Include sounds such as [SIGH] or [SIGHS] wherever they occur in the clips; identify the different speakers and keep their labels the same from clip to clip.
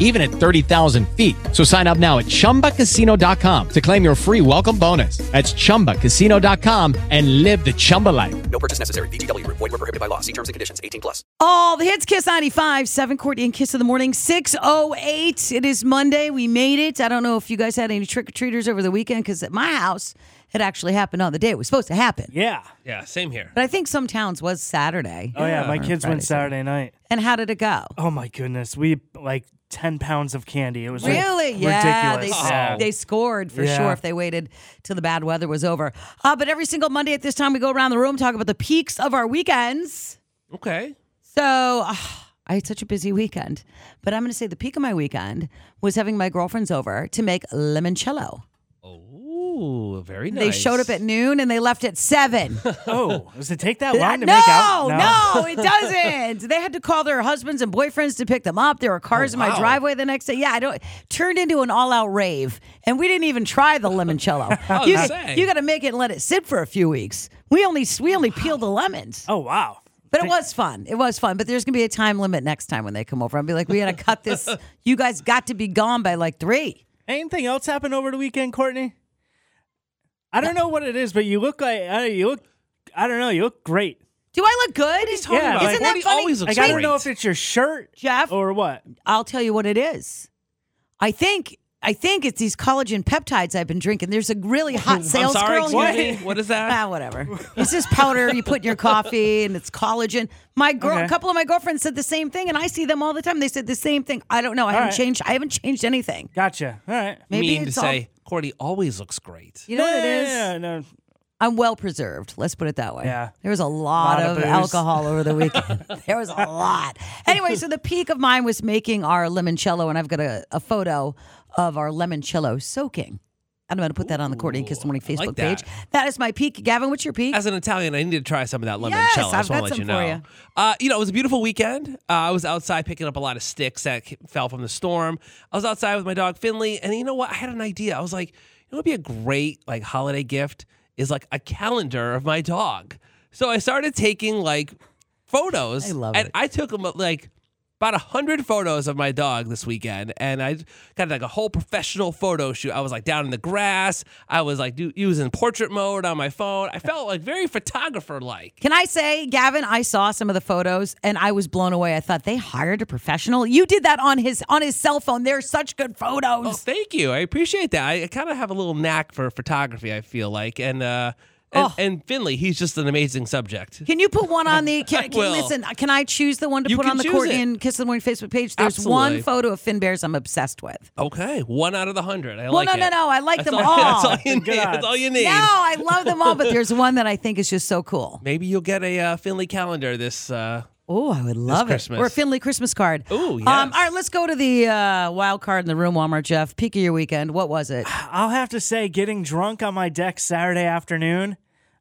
Speaker 1: even at 30,000 feet. So sign up now at ChumbaCasino.com to claim your free welcome bonus. That's ChumbaCasino.com and live the Chumba life.
Speaker 2: No purchase necessary. VGW Group. Void were prohibited by law. See terms and conditions. 18 plus.
Speaker 3: All the hits, Kiss 95, 7 Courtney and Kiss of the Morning, 608. It is Monday. We made it. I don't know if you guys had any trick or treaters over the weekend because at my house, it actually happened on the day it was supposed to happen.
Speaker 4: Yeah.
Speaker 5: Yeah, same here.
Speaker 3: But I think some towns was Saturday.
Speaker 4: Oh yeah, my kids
Speaker 3: Friday,
Speaker 4: went Saturday night.
Speaker 3: And how did it go?
Speaker 4: Oh my goodness, we like ten pounds of candy. It was like,
Speaker 3: Really? yeah,
Speaker 4: ridiculous.
Speaker 3: they,
Speaker 4: yeah.
Speaker 3: they scored for
Speaker 4: Yeah.
Speaker 3: sure if they waited till the bad weather was over. Uh, but every single Monday at this time, we go around the room, talk about the peaks of our weekends.
Speaker 5: Okay.
Speaker 3: So ah, I had such a busy weekend, but I'm going to say the peak of my weekend was having my girlfriends over to make limoncello.
Speaker 5: Oh, very nice.
Speaker 3: They showed up at noon and they left at seven. [LAUGHS]
Speaker 4: oh, does it take that
Speaker 3: no,
Speaker 4: long to make out?
Speaker 3: no, it doesn't. They had to call their husbands and boyfriends to pick them up. There were cars in my driveway the next day. Yeah, I don't turned into an all-out rave, and we didn't even try the limoncello.
Speaker 5: was
Speaker 3: you got,
Speaker 5: gonna say.
Speaker 3: you got to make it and let it sit for a few weeks. We only we only peel the lemons.
Speaker 4: Oh wow.
Speaker 3: But it was fun. It was fun. But there's gonna be a time limit next time when they come over. I'll be like, we gotta cut this.
Speaker 5: [LAUGHS]
Speaker 3: You guys got to be gone by like three.
Speaker 4: Anything else happened over the weekend, Courtney? I don't know what it is, but you look like uh, you look. I don't know. You look great.
Speaker 3: Do I look good?
Speaker 4: talking Yeah,
Speaker 3: Isn't
Speaker 4: about? like,
Speaker 3: that
Speaker 5: Courtney
Speaker 3: funny?
Speaker 5: always looks
Speaker 4: Like I don't
Speaker 5: great.
Speaker 4: know if it's your shirt,
Speaker 3: Jeff?
Speaker 4: or what.
Speaker 3: I'll tell you what it is. I think I think it's these collagen peptides I've been drinking. There's a
Speaker 5: [LAUGHS]
Speaker 3: really hot sales
Speaker 5: I'm sorry,
Speaker 3: girl.
Speaker 5: excuse me. What is that?
Speaker 3: [LAUGHS] Ah, whatever. It's just powder you put in your coffee and it's collagen. My girl, a
Speaker 4: Okay.
Speaker 3: couple of my girlfriends said the same thing, and I see them all the time. They said the same thing. I don't know. I haven't
Speaker 4: right.
Speaker 3: changed. I haven't changed anything.
Speaker 4: Gotcha. All right.
Speaker 3: Maybe
Speaker 5: mean to
Speaker 3: it's all-
Speaker 5: say, Courtney always looks great.
Speaker 3: You know what it is?
Speaker 4: Yeah, no, no.
Speaker 3: I'm well preserved. Let's put it that way.
Speaker 4: Yeah.
Speaker 3: There was a lot,
Speaker 4: Lot of
Speaker 3: of,
Speaker 4: booze.
Speaker 3: alcohol over the weekend. [LAUGHS] there was a lot. Anyway, so the peak of mine was making our limoncello, and I've got a, a photo of our limoncello soaking. And I'm going to put that on the Courtney and Kiss the Morning
Speaker 5: I
Speaker 3: Facebook
Speaker 5: like
Speaker 3: page.
Speaker 5: that.
Speaker 3: That is my peak. Gavin, what's your peak?
Speaker 5: As an Italian, I need to try some of that limoncello.
Speaker 3: Yes,
Speaker 5: I
Speaker 3: I've
Speaker 5: just wanna
Speaker 3: got
Speaker 5: let
Speaker 3: some
Speaker 5: you
Speaker 3: for
Speaker 5: know.
Speaker 3: you.
Speaker 5: Uh, you know, it was a beautiful weekend. Uh, I was outside picking up a lot of sticks that ca- fell from the storm. I was outside with my dog Finley, and you know what? I had an idea. I was like, you know, it'd be a great like holiday gift is like a calendar of my dog. So I started taking like photos.
Speaker 3: I love
Speaker 5: and
Speaker 3: it.
Speaker 5: I took them like about a hundred photos of my dog this weekend, and I got like a whole professional photo shoot. I was like down in the grass. I was like do, using portrait mode on my phone. I felt like very photographer like.
Speaker 3: Can I say, Gavin, I saw some of the photos and I was blown away. I thought they hired a professional. You did that on his on his cell phone. They're such good photos.
Speaker 5: Oh, thank you. I appreciate that. I, I kind of have a little knack for photography. I feel like, and uh, and,
Speaker 3: Oh.
Speaker 5: and Finley, he's just an amazing subject.
Speaker 3: Can you put one on
Speaker 5: [LAUGHS]
Speaker 3: the? Can, can,
Speaker 5: will.
Speaker 3: listen, can I choose the one to
Speaker 5: You
Speaker 3: put
Speaker 5: can
Speaker 3: on the
Speaker 5: choose
Speaker 3: Courtney
Speaker 5: it.
Speaker 3: and Kiss of the Morning Facebook page? There's one
Speaker 5: Absolutely.
Speaker 3: photo of Finn Bears I'm obsessed
Speaker 5: [LAUGHS]
Speaker 3: with.
Speaker 5: Okay, one out of the hundred. I
Speaker 3: Well,
Speaker 5: like
Speaker 3: no,
Speaker 5: it.
Speaker 3: no, no. I like
Speaker 5: That's
Speaker 3: them
Speaker 5: all, [LAUGHS]
Speaker 3: all.
Speaker 5: That's all you
Speaker 4: Good
Speaker 5: need.
Speaker 4: odds.
Speaker 5: That's all you need.
Speaker 3: No, I love them all, but
Speaker 5: [LAUGHS]
Speaker 3: there's one that I think is just so cool.
Speaker 5: Maybe you'll get a uh, Finley calendar this. Uh,
Speaker 3: Oh, I would love it.
Speaker 5: Christmas.
Speaker 3: Or a Finley Christmas card.
Speaker 5: Ooh,
Speaker 3: Um,
Speaker 5: yes.
Speaker 3: all right, let's go to the uh, wild card in the room, Walmart Jeff. Peak of your weekend. What was
Speaker 5: [SIGHS]
Speaker 3: it?
Speaker 4: I'll have to say, getting drunk on my deck Saturday afternoon,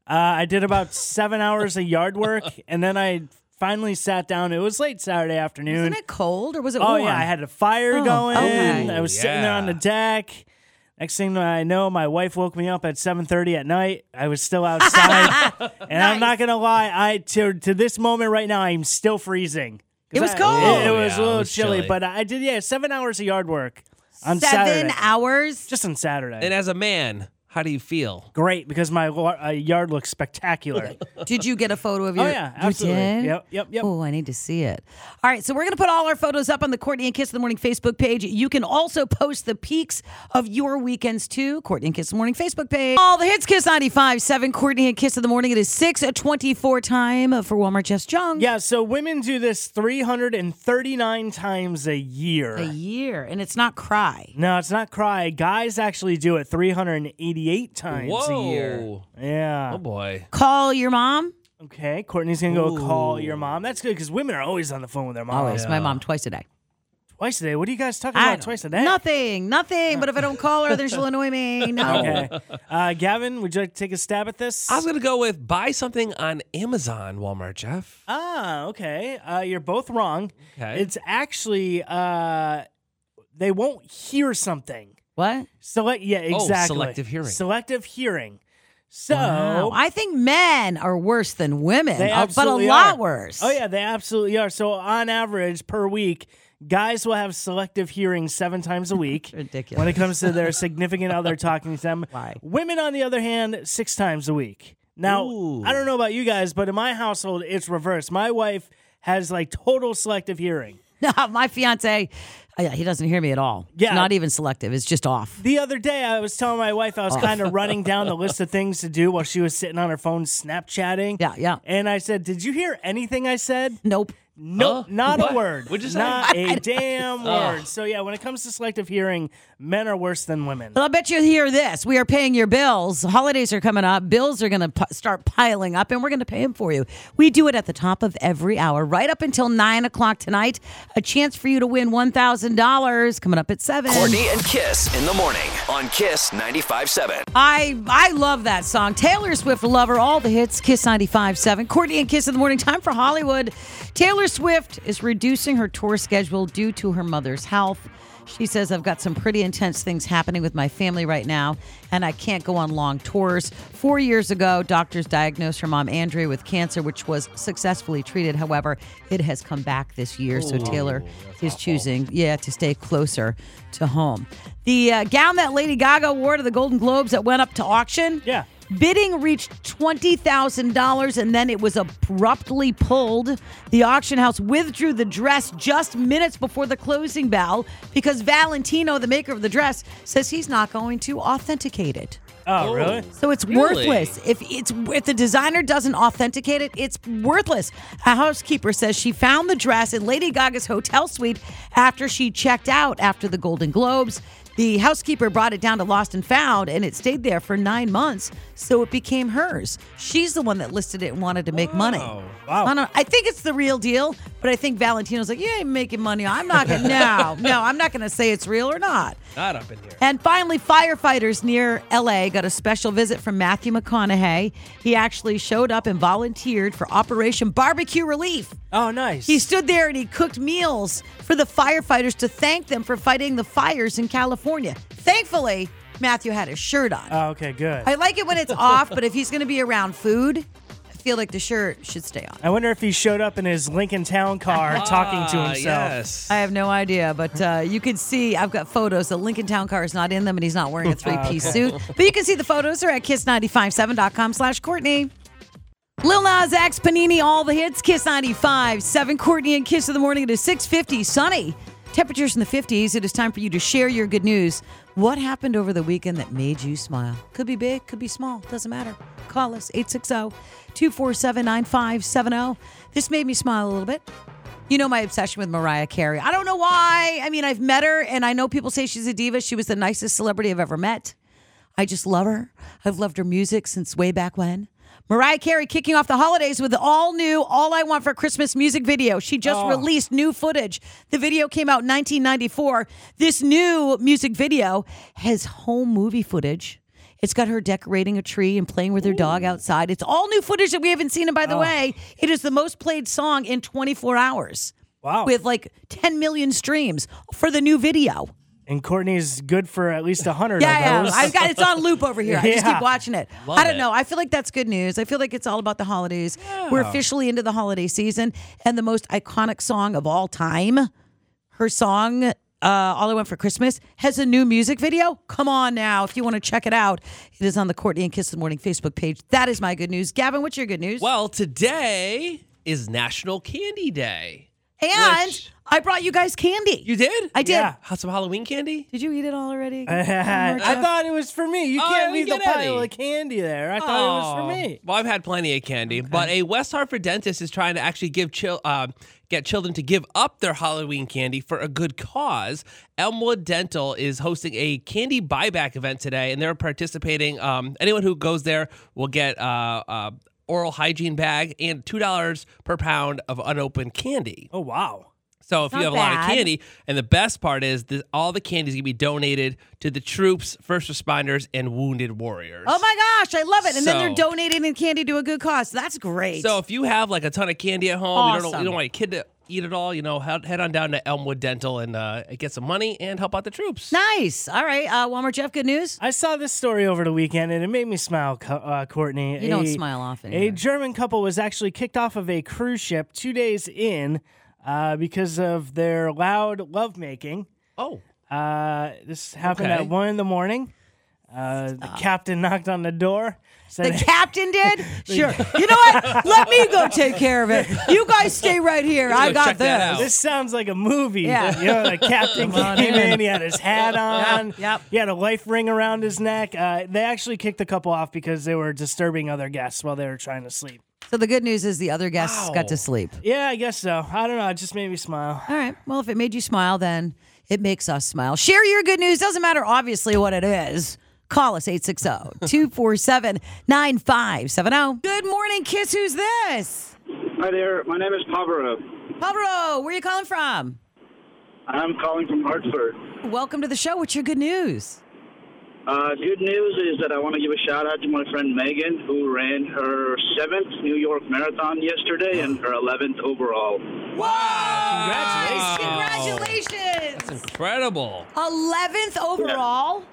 Speaker 4: uh, I
Speaker 3: [LAUGHS]
Speaker 4: did about seven hours of yard work, and then I finally sat down. It was late Saturday afternoon.
Speaker 3: Wasn't it cold or was it
Speaker 4: oh
Speaker 3: warm?
Speaker 4: yeah, I had a fire
Speaker 3: Oh,
Speaker 4: going.
Speaker 3: okay.
Speaker 4: I was sitting there on the
Speaker 5: yeah.
Speaker 4: deck. Next thing I know, my wife woke me up at 7:30 at night. I
Speaker 3: [LAUGHS]
Speaker 4: was still outside, and I'm not gonna lie. I to to this moment right now, I'm still freezing. 'Cause
Speaker 3: It was
Speaker 4: I-
Speaker 3: cold.
Speaker 4: It, it
Speaker 5: Oh,
Speaker 4: was
Speaker 5: yeah,
Speaker 4: a
Speaker 5: it
Speaker 4: little
Speaker 5: was
Speaker 4: chilly,
Speaker 5: chilly.
Speaker 4: but I did yeah seven hours of yard work on
Speaker 3: Seven
Speaker 4: Saturday.
Speaker 3: hours?
Speaker 4: just on Saturday.
Speaker 5: and as a man, how do you feel?
Speaker 4: great because my lo- uh, yard looks spectacular.
Speaker 3: Did you get a photo of
Speaker 4: Oh,
Speaker 3: your?
Speaker 4: yeah,
Speaker 3: you
Speaker 4: absolutely.
Speaker 3: did?
Speaker 4: Yep, yep, yep.
Speaker 3: Oh, I need to see it. All right, so we're gonna put all our photos up on the Courtney and Kiss in the Morning Facebook page. You can also post the peaks of your weekends too. Courtney and Kiss in the Morning Facebook page. All the hits, Kiss ninety five seven. Courtney and Kiss in the Morning. It is six twenty four time for Walmart Jeff's Jung.
Speaker 4: yeah, so women do this 339 times a year.
Speaker 3: a year, and it's not cry.
Speaker 4: No, it's not cry. Guys actually do it 388 times a year.
Speaker 5: Whoa.
Speaker 4: Yeah.
Speaker 5: Oh boy.
Speaker 3: Call your mom.
Speaker 4: Okay, Oh, Courtney's gonna go call your mom. That's good because women are always on the phone with their mom.
Speaker 3: Always, my mom twice a day.
Speaker 4: Twice a day. What are you guys talking
Speaker 3: I
Speaker 4: about
Speaker 3: don't-
Speaker 4: twice a day?
Speaker 3: Nothing, nothing. But if I don't call her, then she'll annoy
Speaker 4: [LAUGHS]
Speaker 3: me. No.
Speaker 4: Okay. Uh, Gavin, would you like to take a stab at this?
Speaker 5: I was gonna go with buy something on Amazon, Walmart, Jeff.
Speaker 4: Ah, okay. Uh, you're both wrong.
Speaker 5: Okay.
Speaker 4: It's actually uh, they won't hear something.
Speaker 3: What?
Speaker 4: Select. Yeah,
Speaker 3: Oh,
Speaker 4: exactly.
Speaker 5: selective hearing.
Speaker 4: Selective hearing. So
Speaker 3: Wow. I think men are worse than women,
Speaker 4: they
Speaker 3: uh, but a
Speaker 4: absolutely
Speaker 3: lot
Speaker 4: are.
Speaker 3: worse.
Speaker 4: Oh yeah, they absolutely are. So on average per week, guys will have selective hearing seven times
Speaker 3: [LAUGHS]
Speaker 4: a week.
Speaker 3: Ridiculous.
Speaker 4: When it comes to their significant
Speaker 3: [LAUGHS]
Speaker 4: other talking to them.
Speaker 3: Why?
Speaker 4: Women, on the other hand, six times a week. Now,
Speaker 5: Ooh.
Speaker 4: I don't know about you guys, but in my household, it's reversed. My wife has like total selective hearing.
Speaker 3: No, my fiance, uh, yeah, he doesn't hear me at all. It's
Speaker 4: Yeah.
Speaker 3: Not even selective. It's just off.
Speaker 4: The other day, I was telling my wife I
Speaker 5: Oh.
Speaker 4: was kind of running down the list
Speaker 5: [LAUGHS]
Speaker 4: of things to do while she was sitting on her phone Snapchatting.
Speaker 3: Yeah, yeah.
Speaker 4: And I said, Did you hear anything I said?
Speaker 3: Nope.
Speaker 4: No,
Speaker 5: Huh?
Speaker 4: not
Speaker 5: What?
Speaker 4: a word.
Speaker 5: What'd you say? [LAUGHS] Oh.
Speaker 4: Not a damn word. So yeah, when it comes to selective hearing, men are worse than women.
Speaker 5: Oh,
Speaker 3: But I'll bet you hear this. We are paying your bills. Holidays are coming up. Bills are going to p- start piling up, and we're going to pay them for you. We do it at the top of every hour, right up until 9 o'clock tonight. A chance for you to win $1,000 coming up at 7.
Speaker 6: Courtney and Kiss in the morning on Kiss 95.7.
Speaker 3: I I love that song. Taylor Swift lover, all the hits, Kiss 95.7. Courtney and Kiss in the morning, time for Hollywood. Taylor Swift is reducing her tour schedule due to her mother's health. She says, I've got some pretty intense things happening with my family right now, and I can't go on long tours. Four years ago, doctors diagnosed her mom, Andrea, with cancer, which was successfully treated. However, it has come back this year, so Taylor is choosing, yeah, to stay closer to home. The uh, gown that Lady Gaga wore to the Golden Globes that went up to auction.
Speaker 4: Yeah.
Speaker 3: Bidding reached $20,000 and then it was abruptly pulled. The auction house withdrew the dress just minutes before the closing bell because Valentino, the maker of the dress, says he's not going to authenticate it.
Speaker 4: Oh, really?
Speaker 3: So it's worthless. If it's if the designer doesn't authenticate it, it's worthless. A housekeeper says she found the dress in Lady Gaga's hotel suite after she checked out after the Golden Globes. The housekeeper brought it down to Lost and Found and it stayed there for 9 months, so it became hers. She's the one that listed it and wanted to make money.
Speaker 4: Wow.
Speaker 3: I, don't, I think it's the real deal, but I think Valentino's like, "Yeah, I'm making money. I'm not going to no. No, I'm not going to say it's real or not."
Speaker 5: Not up in here.
Speaker 3: And finally, firefighters near LA got a special visit from Matthew McConaughey. He actually showed up and volunteered for Operation Barbecue Relief.
Speaker 4: Oh, nice.
Speaker 3: He stood there and he cooked meals for the firefighters to thank them for fighting the fires in California. Thankfully, Matthew had his shirt on.
Speaker 4: Oh, okay, good.
Speaker 3: I
Speaker 4: I,
Speaker 3: like it when it's off, but if he's going to be around food, I feel like the shirt should stay on.
Speaker 4: wonder if he showed up in his Lincoln Town car talking to
Speaker 5: Ah,
Speaker 4: himself.
Speaker 5: yes.
Speaker 3: I have no idea, but uh, you can see I've got photos. The Lincoln Town car is not in them, and he's not wearing a three piece suit. But you can see the photos are at kiss957.com slash Courtney. Lil Nas X, Panini, all the hits, Kiss 95, 7 Courtney and Kiss of the Morning. It is 650, sunny. Temperatures in the 50s. It is time for you to share your good news. What happened over the weekend that made you smile? Could be big, could be small, doesn't matter. Call us 860 247 9570. This made me smile a little bit. You know my obsession with Mariah Carey. I don't know why. I mean, I've met her and I know people say she's a diva. She was the nicest celebrity I've ever met. I just love her. I've loved her music since way back when. Mariah Carey kicking off the holidays with the all new All I Want for Christmas music video. She just released new footage. The video came out in 1994. This new music video has home movie footage. It's got her decorating a tree and playing with her dog outside. It's all new footage that we haven't seen. And by the way, it is the most played song in 24 hours.
Speaker 4: Wow.
Speaker 3: With like 10 million streams for the new video.
Speaker 4: And Courtney's good for at least a hundred
Speaker 3: Yeah,
Speaker 4: of
Speaker 3: yeah.
Speaker 4: those.
Speaker 3: I've got it's on loop over here. I just
Speaker 4: Yeah.
Speaker 3: keep watching it. I don't know. I feel like that's good news. I feel like it's all about the holidays. We're officially into the holiday season, and the most iconic song of all time, her song. Uh, All I Want for Christmas has a new music video. Come on now. If you want to check it out, it is on the Courtney and Kiss in the Morning Facebook page. That is my good news. Gavin, what's your good news?
Speaker 5: Well, today is National Candy Day.
Speaker 3: and
Speaker 5: which-
Speaker 3: I brought you guys candy.
Speaker 5: You did?
Speaker 3: I did.
Speaker 4: Yeah.
Speaker 5: Had Some Halloween candy?
Speaker 3: Did you eat it all
Speaker 5: [LAUGHS]
Speaker 3: already?
Speaker 4: [LAUGHS] I thought it was for me. You
Speaker 5: Oh, I
Speaker 4: can't
Speaker 5: didn't
Speaker 4: leave the
Speaker 5: get
Speaker 4: pile
Speaker 5: any.
Speaker 4: of candy there. I thought it was for
Speaker 5: Aw.
Speaker 4: me.
Speaker 5: Um, Well, I've had plenty of candy, but a West Hartford dentist is trying to actually give chil- uh, get children to give up their Halloween candy for a good cause. Elmwood Dental is hosting a candy buyback event today, and they're participating. Um, anyone who goes there will get. Uh, uh, Oral hygiene bag and two dollars per pound of unopened candy.
Speaker 4: Oh wow.
Speaker 5: So if
Speaker 3: not
Speaker 5: you have a lot
Speaker 3: bad.
Speaker 5: of candy, and the best part is that all the candy is gonna be donated to the troops, first responders, and wounded warriors.
Speaker 3: Oh my gosh, I love it. And then they're
Speaker 5: So-
Speaker 3: donating the candy to a good cause. That's great.
Speaker 5: So if you have like a ton of candy at home, you don't
Speaker 3: Awesome.
Speaker 5: you don't want your kid to eat it all, you know, head, head on down to Elmwood Dental and uh, get some money and help out the troops.
Speaker 3: nice. All right, uh, Walmart Jeff, good news.
Speaker 4: I saw this story over the weekend and it made me smile, Co- uh, Courtney.
Speaker 3: You don't smile often,
Speaker 4: A
Speaker 3: either.
Speaker 4: German couple was actually kicked off of a cruise ship two days in uh, because of their loud lovemaking.
Speaker 5: Oh,
Speaker 4: Uh, this happened
Speaker 5: Okay.
Speaker 4: at one in the morning. Uh, the captain knocked on the door.
Speaker 3: The
Speaker 4: Said,
Speaker 3: captain did? Sure. You know what? Let me go take care of it. You guys stay right here. I
Speaker 5: go
Speaker 3: got
Speaker 5: check that
Speaker 3: this.
Speaker 4: [LAUGHS]
Speaker 5: out.
Speaker 4: This sounds like a movie.
Speaker 3: Yeah.
Speaker 4: You know, the
Speaker 3: [LAUGHS]
Speaker 4: captain
Speaker 3: Come on
Speaker 4: came
Speaker 3: in.
Speaker 4: in. He had his hat on.
Speaker 3: yep.
Speaker 4: He had a life ring around his neck. Uh, they actually kicked the couple off because they were disturbing other guests while they were trying to sleep.
Speaker 3: So the good news is the other guests got to sleep.
Speaker 4: Yeah, I guess so. I don't know. It just made me smile.
Speaker 3: All right. Well, if it made you smile, then it makes us smile. Share your good news. Doesn't matter, obviously, what it is. Call us 860 247 9570. Good morning, Kiss. Who's this?
Speaker 7: Hi there. My name is Pavaro.
Speaker 3: Pablo, where are you calling from?
Speaker 7: I'm calling from Hartford.
Speaker 3: Welcome to the show. What's your good news?
Speaker 7: Uh, good news is that I want to give a shout out to my friend Megan, who ran her seventh New York Marathon yesterday and her 11th overall.
Speaker 5: wow!
Speaker 3: Congratulations!
Speaker 5: Incredible.
Speaker 3: 11th overall.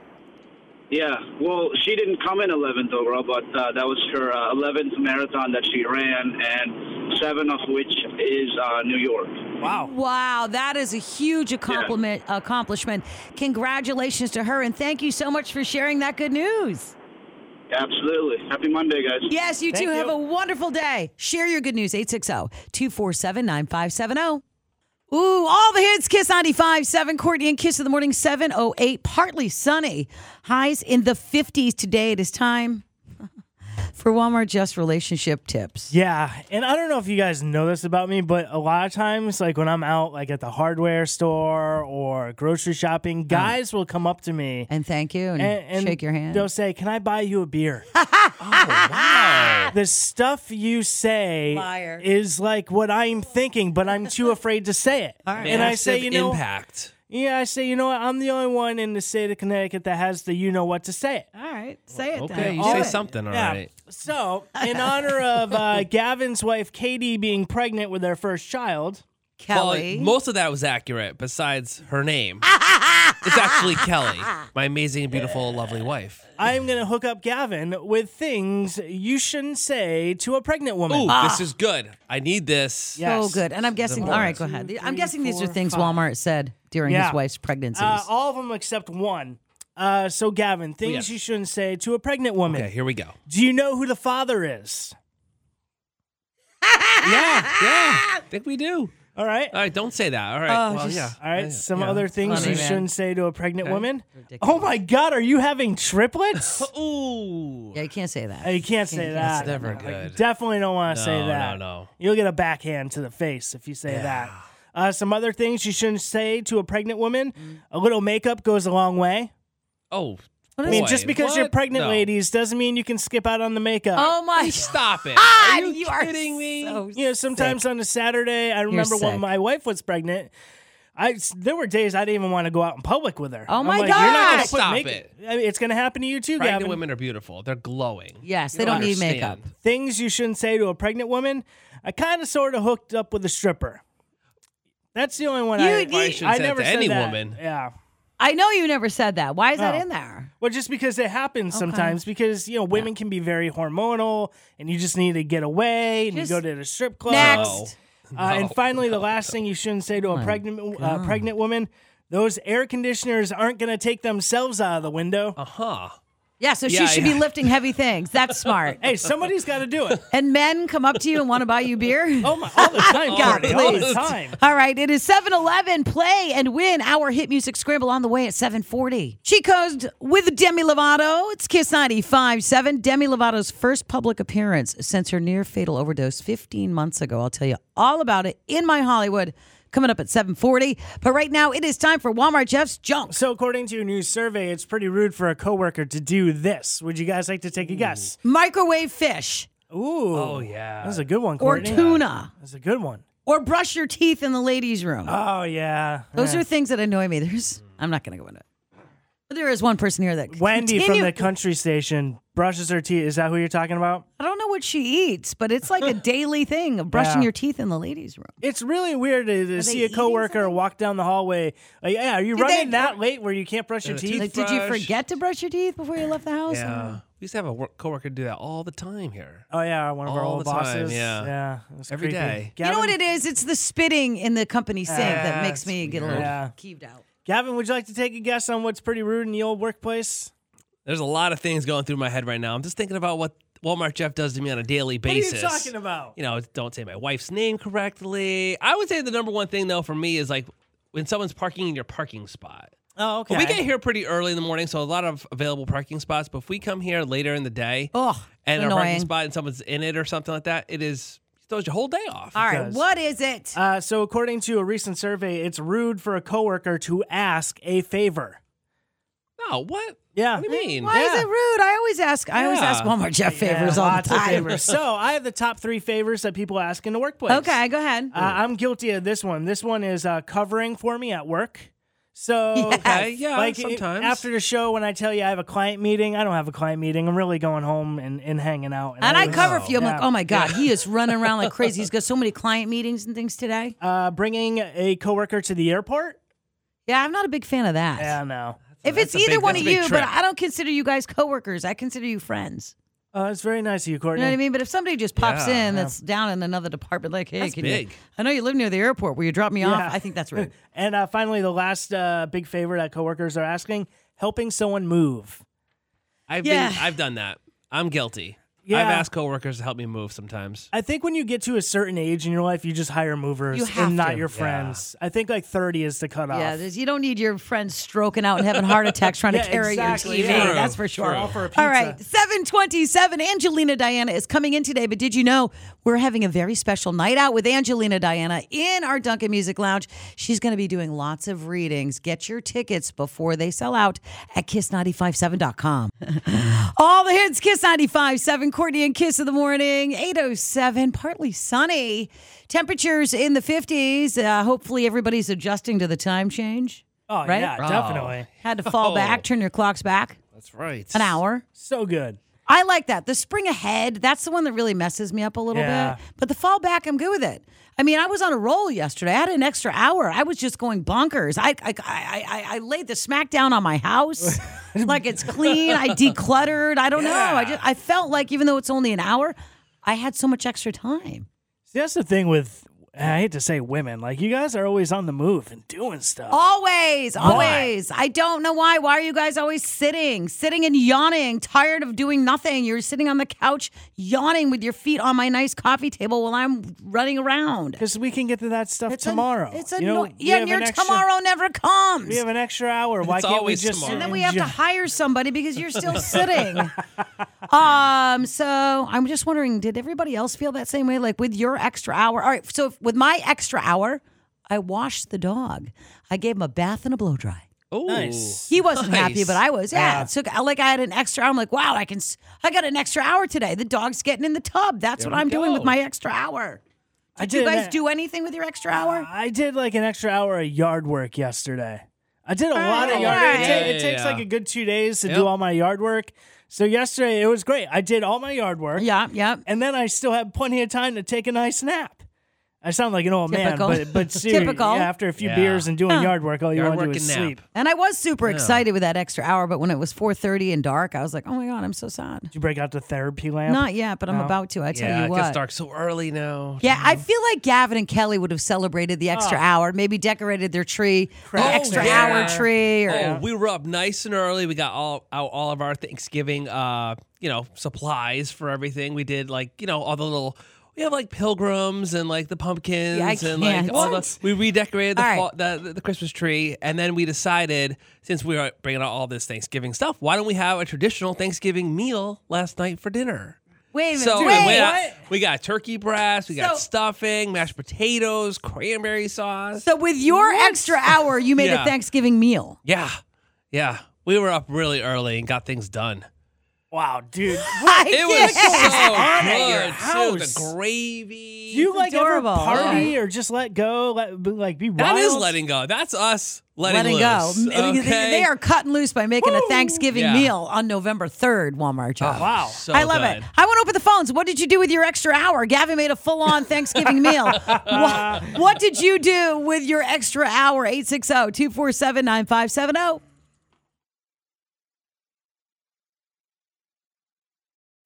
Speaker 7: Yeah, well, she didn't come in 11th overall, but uh, that was her uh, 11th marathon that she ran, and seven of which is uh, New York.
Speaker 5: Wow.
Speaker 3: Wow, that is a huge accomplishment. accomplishment. Congratulations to her, and thank you so much for sharing that good news.
Speaker 7: Absolutely. Happy Monday, guys.
Speaker 3: Yes, you
Speaker 4: Thank
Speaker 3: two have
Speaker 4: you.
Speaker 3: a wonderful day. Share your good news 860-247-9570. Ooh, all the hits, Kiss 95.7, Courtney and Kiss of the Morning, 708, partly sunny. Highs in the 50s today. It is time [LAUGHS] for Walmart Just Relationship Tips.
Speaker 4: Yeah, and I don't know if you guys know this about me, but a lot of times, like when I'm out, like at the hardware store or grocery shopping, guys will come up to me
Speaker 3: And thank you, Mm. and,
Speaker 4: and, and
Speaker 3: shake your hand. Oh,
Speaker 4: They'll say, "Can I buy you a beer?"
Speaker 3: [LAUGHS]
Speaker 4: The stuff you say
Speaker 3: Liar.
Speaker 4: is like what I'm thinking, but
Speaker 3: [LAUGHS]
Speaker 4: I'm too afraid to say it. And I say,
Speaker 5: Massive
Speaker 4: you know,
Speaker 5: impact.
Speaker 4: yeah, I say, you know what? I'm the only one in the state of Connecticut that has the you know what to say it.
Speaker 3: all right, say it
Speaker 5: Okay,
Speaker 3: then.
Speaker 5: you
Speaker 3: Do
Speaker 5: say
Speaker 3: it.
Speaker 5: something, all right.
Speaker 4: Yeah. So, in honor of
Speaker 5: [LAUGHS]
Speaker 4: uh, Gavin's wife Katie being pregnant with their first child,
Speaker 3: Kelly.
Speaker 5: Well, most of that was accurate, besides her name. it's actually Kelly, my amazing, beautiful, lovely wife.
Speaker 4: I'm going to hook up Gavin with things you shouldn't say to a pregnant woman.
Speaker 5: Ooh, this is good. I need this.
Speaker 4: Ah. Yeah.
Speaker 3: So
Speaker 4: yes. Uh,
Speaker 3: good. And I'm guessing, all right, go ahead. I'm guessing these are things Walmart said during
Speaker 4: Yeah.
Speaker 3: his wife's pregnancies.
Speaker 4: Uh, all of them except one. Uh, so, Gavin, things
Speaker 5: yes.
Speaker 4: you shouldn't say to a pregnant woman.
Speaker 5: Oh, Okay, here we go.
Speaker 4: Do you know who the father is?
Speaker 5: [LAUGHS] Yeah, yeah. I think we do.
Speaker 4: All right.
Speaker 5: All right, don't say that. All right.
Speaker 3: Oh,
Speaker 5: well,
Speaker 3: just-
Speaker 5: yeah.
Speaker 4: All right.
Speaker 5: Yeah,
Speaker 4: Some
Speaker 5: Uh, yeah.
Speaker 4: other things
Speaker 3: Funny,
Speaker 4: you
Speaker 3: man.
Speaker 4: shouldn't say to a pregnant woman. Oh my God, are you having
Speaker 5: [LAUGHS]
Speaker 4: triplets?
Speaker 5: Ooh.
Speaker 3: yeah, you can't say that.
Speaker 4: Uh, you can't say that.
Speaker 5: That's never good.
Speaker 4: Definitely don't want to say
Speaker 5: No,
Speaker 4: that.
Speaker 5: no, no.
Speaker 4: You'll get a backhand to the face if you say that. Uh, some other things you shouldn't say to a pregnant woman. A little makeup goes a long way.
Speaker 5: Oh.
Speaker 4: I mean,
Speaker 5: boy,
Speaker 4: just because you're
Speaker 5: what?
Speaker 4: pregnant,
Speaker 5: No.
Speaker 4: ladies, doesn't mean you can skip out on the makeup.
Speaker 3: Oh my
Speaker 4: [LAUGHS]
Speaker 5: [LAUGHS] Stop it.
Speaker 3: God,
Speaker 4: Ah,
Speaker 5: Are you,
Speaker 3: you are
Speaker 5: kidding me?
Speaker 3: so
Speaker 4: you know, sometimes on a Saturday, I remember
Speaker 3: sick.
Speaker 4: when my wife was pregnant. I there were days I didn't even want to go out in public with her.
Speaker 3: Oh my
Speaker 4: like, You're not gonna
Speaker 3: gosh.
Speaker 4: put
Speaker 5: Stop
Speaker 4: makeup-
Speaker 5: it.
Speaker 4: I mean, it's going to happen to you too,
Speaker 5: Pregnant
Speaker 4: Gavin.
Speaker 5: women are beautiful. They're glowing.
Speaker 3: Yes,
Speaker 5: You
Speaker 3: they don't need
Speaker 5: understand.
Speaker 3: makeup.
Speaker 4: Things you shouldn't say to a pregnant woman. I kind of sort of hooked up with a stripper. That's the only one I.
Speaker 3: You-
Speaker 5: Probably shouldn't
Speaker 4: I
Speaker 5: say that
Speaker 4: never
Speaker 5: to
Speaker 4: said
Speaker 5: any
Speaker 4: that.
Speaker 5: woman.
Speaker 4: Yeah.
Speaker 3: I know you never said that. Why is that
Speaker 4: Oh.
Speaker 3: in there?
Speaker 4: Well, just because it happens sometimes, because you know women can be very hormonal, and you just need to get away, and
Speaker 3: Just-
Speaker 4: you go to the strip club.
Speaker 3: Next.
Speaker 4: Uh, and finally, the last thing you shouldn't say to a pregnant uh, pregnant woman: those air conditioners aren't going to take themselves out of the window.
Speaker 5: Uh huh.
Speaker 3: Yeah, so she
Speaker 5: Yeah,
Speaker 3: should be
Speaker 5: yeah.
Speaker 3: lifting heavy things. That's
Speaker 4: [LAUGHS]
Speaker 3: smart.
Speaker 4: Hey, somebody's got to
Speaker 5: [LAUGHS]
Speaker 4: do it.
Speaker 3: and men come up to you and want to buy you beer.
Speaker 4: [LAUGHS] Oh my! All the time,
Speaker 3: God,
Speaker 4: Courtney, all the
Speaker 3: please.
Speaker 4: time.
Speaker 3: All right, it is 7 Eleven. Play and win our hit music scramble on the way at 740. She codes with Demi Lovato. It's Kiss 95.7. Demi Lovato's first public appearance since her near fatal overdose 15 months ago. I'll tell you all about it in my Hollywood coming up at 740. But right now, it is time for Walmart Jeff's Junk.
Speaker 4: So, according to a new survey, it's pretty rude for a coworker to do this. Would you guys like to take a guess?
Speaker 3: Microwave fish
Speaker 4: Ooh.
Speaker 5: Oh, yeah.
Speaker 4: That's a good one,
Speaker 3: or
Speaker 4: Courtney.
Speaker 3: tuna.
Speaker 4: That's a good one.
Speaker 3: or brush your teeth in the ladies' room.
Speaker 4: Oh yeah.
Speaker 3: Those are things that annoy me. There's, I'm not going to go into it. But there is one person here that
Speaker 4: Wendy
Speaker 3: continue-
Speaker 4: from the country station brushes her teeth. Is that who you're talking about?
Speaker 3: I don't know what she eats, but it's
Speaker 4: [LAUGHS]
Speaker 3: like a daily thing of brushing
Speaker 4: Yeah.
Speaker 3: your teeth in the ladies' room.
Speaker 4: It's really weird to, to see a
Speaker 3: eating
Speaker 4: coworker walk down the hallway. Uh, yeah, are you
Speaker 3: Did
Speaker 4: running
Speaker 3: they-
Speaker 4: that late where you can't brush your
Speaker 5: Uh,
Speaker 4: teeth?
Speaker 3: Like, did you
Speaker 5: Toothbrush.
Speaker 3: forget to brush your teeth before you left the house? Oh.
Speaker 5: Yeah. We used to have a work coworker do that all the time here.
Speaker 4: oh yeah, one of our
Speaker 5: All
Speaker 4: old
Speaker 5: the time,
Speaker 4: bosses.
Speaker 5: yeah.
Speaker 4: yeah. it was
Speaker 5: Every
Speaker 4: creepy.
Speaker 5: day.
Speaker 3: You know what
Speaker 4: Gavin-
Speaker 3: it is? It's the spitting in the company sink that makes
Speaker 5: it's
Speaker 3: me get a
Speaker 5: weird.
Speaker 3: little
Speaker 4: Yeah.
Speaker 3: keeved out.
Speaker 4: Gavin, would you like to take a guess on what's pretty rude in the old workplace?
Speaker 5: There's a lot of things going through my head right now. I'm just thinking about what Walmart Jeff does to me on a daily basis.
Speaker 4: What are you talking about?
Speaker 5: you know, don't say my wife's name correctly. I would say the number one thing though for me is like when someone's parking in your parking spot.
Speaker 4: Oh, okay.
Speaker 5: But we get here pretty early in the morning, so a lot of available parking spots. But if we come here later in the day
Speaker 3: Oh,
Speaker 5: and a
Speaker 3: annoying.
Speaker 5: parking spot and someone's in it or something like that, it is it throws your whole day off.
Speaker 3: All right,
Speaker 4: does.
Speaker 3: what is it?
Speaker 4: Uh, so, according to a recent survey, it's rude for a coworker to ask a favor.
Speaker 5: No, what?
Speaker 4: Yeah.
Speaker 5: What do you mean?
Speaker 3: Why is
Speaker 4: yeah.
Speaker 3: it rude? I always ask. I always
Speaker 5: Yeah.
Speaker 3: ask Walmart Jeff favors
Speaker 4: Yeah,
Speaker 3: all the
Speaker 4: lots of
Speaker 3: time.
Speaker 4: favors. so, I have the top three favors that people ask in the workplace.
Speaker 3: [LAUGHS] Okay, go ahead.
Speaker 4: Uh, I'm guilty of this one. This one is uh, covering for me at work. So,
Speaker 5: Okay, yeah,
Speaker 4: like
Speaker 5: sometimes.
Speaker 4: after the show, when I tell you I have a client meeting, I don't have a client meeting. I'm really going home and, and hanging out.
Speaker 3: and I
Speaker 4: was-
Speaker 3: cover for you. I'm like,
Speaker 4: Yeah.
Speaker 3: oh my god, he is running around like crazy.
Speaker 4: [LAUGHS]
Speaker 3: He's got so many client meetings and things today.
Speaker 4: uh, bringing a coworker to the airport.
Speaker 3: Yeah, I'm not a big fan of that.
Speaker 4: Yeah, no.
Speaker 3: if it's
Speaker 5: That's a
Speaker 3: either
Speaker 5: big-
Speaker 3: one
Speaker 5: that's
Speaker 3: of
Speaker 5: a big
Speaker 3: you, but
Speaker 5: trip.
Speaker 3: I don't consider you guys coworkers. I consider you friends.
Speaker 4: Uh, it's very nice of you,
Speaker 3: You
Speaker 4: Courtney.
Speaker 3: know what I mean? But if somebody just pops
Speaker 5: Yeah.
Speaker 3: in that's down in another department, like, hey,
Speaker 5: That's
Speaker 3: can
Speaker 5: big.
Speaker 3: you? I know you live near the airport. Will you drop me
Speaker 4: Yeah.
Speaker 3: off? I think that's
Speaker 5: [LAUGHS]
Speaker 3: rude.
Speaker 4: [LAUGHS] And uh, finally, the last uh, big favor that coworkers are asking: helping someone move.
Speaker 5: I've
Speaker 3: Yeah.
Speaker 5: been I've done that. I'm guilty.
Speaker 4: Yeah.
Speaker 5: I've asked coworkers to help me move sometimes.
Speaker 4: I think when you get to a certain age in your life, you just hire movers
Speaker 3: You have
Speaker 4: and not
Speaker 3: to.
Speaker 4: your friends. I think like thirty is the cutoff.
Speaker 3: Yeah, there's, you don't need your friends stroking out and having heart attacks
Speaker 5: [LAUGHS]
Speaker 3: trying
Speaker 4: Yeah,
Speaker 3: to carry
Speaker 4: exactly.
Speaker 3: your TV.
Speaker 5: True,
Speaker 3: That's for sure.
Speaker 5: true. All for
Speaker 4: a
Speaker 3: All right,
Speaker 4: pizza.
Speaker 3: 727. Angelina Diana is coming in today, but did you know we're having a very special night out with Angelina Diana in our Duncan Music Lounge? She's going to be doing lots of readings. Get your tickets before they sell out at kiss957.com. [LAUGHS] All the hits, Kiss 95.7, Courtney and Kiss of the Morning, 807, partly sunny. Temperatures in the 50s. Uh, hopefully, everybody's adjusting to the time change.
Speaker 4: Oh
Speaker 3: Right?
Speaker 4: yeah,
Speaker 5: Oh.
Speaker 4: definitely.
Speaker 3: Had to fall
Speaker 4: [LAUGHS]
Speaker 5: Oh.
Speaker 3: back, turn your clocks back
Speaker 5: That's right.
Speaker 3: an hour.
Speaker 4: So good.
Speaker 3: I like that. The spring ahead, that's the one that really messes me up a little
Speaker 4: Yeah.
Speaker 3: bit. But the fall back, I'm good with it. I mean, I was on a roll yesterday. I had an extra hour. I was just going bonkers. I I, I, I, I laid the smack down on my house. like it's clean. I decluttered. I don't know. I just I felt like even though it's only an hour, I had so much extra time.
Speaker 4: See, that's the thing with I hate to say women. Like you guys are always on the move and doing stuff.
Speaker 3: Always, always. I don't know why. Why are you guys always sitting, sitting and yawning, tired of doing nothing? You're sitting on the couch yawning with your feet on my nice coffee table while I'm running around.
Speaker 4: Because we can get to that stuff
Speaker 3: an-
Speaker 4: tomorrow.
Speaker 3: it's a
Speaker 4: You know,
Speaker 3: no-
Speaker 4: we
Speaker 3: yeah,
Speaker 4: have
Speaker 3: and your
Speaker 4: an extra-
Speaker 3: tomorrow never comes.
Speaker 4: We have an extra hour. Why
Speaker 5: It's
Speaker 4: can't we
Speaker 5: always
Speaker 4: just?
Speaker 5: tomorrow.
Speaker 3: and then we have to
Speaker 4: enjoy-
Speaker 3: hire somebody because you're
Speaker 4: [LAUGHS]
Speaker 3: still sitting. um, so I'm just wondering, did everybody else feel that same way? Like with your extra hour? All right, so if, with my extra hour, I washed the dog. I gave him a bath and a blow dry.
Speaker 5: Ooh.
Speaker 4: Nice.
Speaker 3: He wasn't
Speaker 5: Nice.
Speaker 3: happy, but I was. Yeah, it took like I had an extra. I'm like, wow, I can. s- I got an extra hour today. The dog's getting in the tub. That's what
Speaker 5: we
Speaker 3: I'm doing with
Speaker 5: go.
Speaker 3: my extra hour.
Speaker 4: I
Speaker 3: Did you
Speaker 4: an- e,
Speaker 3: guys do anything with your extra hour?
Speaker 4: I did like an extra hour of yard work yesterday. I did a lot of yard work. It,
Speaker 3: right.
Speaker 4: ta-
Speaker 5: Yeah,
Speaker 4: it
Speaker 5: yeah,
Speaker 4: takes
Speaker 5: yeah.
Speaker 4: like a good two days to
Speaker 5: Yep.
Speaker 4: do all my yard work. So yesterday it was great. I did all my yard work.
Speaker 3: Yeah, yeah.
Speaker 4: And then I still had plenty of time to take a nice nap. I sound like an old
Speaker 3: Typical.
Speaker 4: man,
Speaker 3: [LAUGHS]
Speaker 4: but but seriously,
Speaker 3: Typical.
Speaker 4: yeah, after a few
Speaker 5: Yeah.
Speaker 4: beers and doing yard work, all you
Speaker 5: Yard
Speaker 4: want to do
Speaker 5: work
Speaker 4: is
Speaker 5: and nap.
Speaker 4: sleep. Did
Speaker 3: And I was super excited with that extra hour, but when it was 4:30 and dark, I was like, oh my god, I'm so sad.
Speaker 4: you break out the therapy lamp?
Speaker 3: Not yet, but I'm about to. I tell
Speaker 5: Yeah,
Speaker 3: you
Speaker 5: it
Speaker 3: what.
Speaker 5: gets dark Mm-hmm. so early now.
Speaker 3: Yeah, I feel like Gavin and Kelly would have celebrated the extra hour, maybe decorated their tree, the
Speaker 5: Ah. Oh,
Speaker 3: extra
Speaker 5: yeah.
Speaker 3: hour tree, or
Speaker 5: Oh, we were up nice and early. We got all out all of our Thanksgiving, uh, you know, supplies for everything. We did like you know all the little. We have like pilgrims and like the pumpkins
Speaker 3: Yeah, I
Speaker 5: and
Speaker 3: can't.
Speaker 5: like all
Speaker 3: What?
Speaker 5: the. We redecorated the,
Speaker 3: All right.
Speaker 5: fall, the the Christmas tree, and then we decided since we were bringing out all this Thanksgiving stuff, why don't we have a traditional Thanksgiving meal last night for dinner?
Speaker 3: wait a minute,
Speaker 5: So we,
Speaker 3: wait,
Speaker 5: went out- we got turkey breast, we got
Speaker 3: So-
Speaker 5: stuffing, mashed potatoes, cranberry sauce.
Speaker 3: So with your extra hour, you made a
Speaker 5: Yeah.
Speaker 3: Thanksgiving meal.
Speaker 5: Yeah. Yeah. We were up really early and got things done.
Speaker 4: Wow,
Speaker 3: [LAUGHS]
Speaker 4: dude. What?
Speaker 5: It was so
Speaker 4: at your
Speaker 5: good.
Speaker 4: house.
Speaker 5: So the gravy.
Speaker 4: Do you like
Speaker 3: adorable.
Speaker 4: ever party or just let go? Let, be- like be wild.
Speaker 5: that is letting go. That's us
Speaker 3: Letting
Speaker 5: letting,
Speaker 3: go.
Speaker 5: loose.
Speaker 3: I mean, they-
Speaker 5: Okay?
Speaker 3: They are cutting loose by making a Thanksgiving
Speaker 5: Yeah. Oh,
Speaker 3: meal on November 3rd, Walmart. Job.
Speaker 4: Wow.
Speaker 5: So
Speaker 3: I love
Speaker 5: good.
Speaker 3: it. I want to open the phones. What did you do with your extra hour? Gavin made a full on Thanksgiving
Speaker 5: [LAUGHS]
Speaker 3: meal. What, what did you do with your extra hour? oh, 860 247 9570.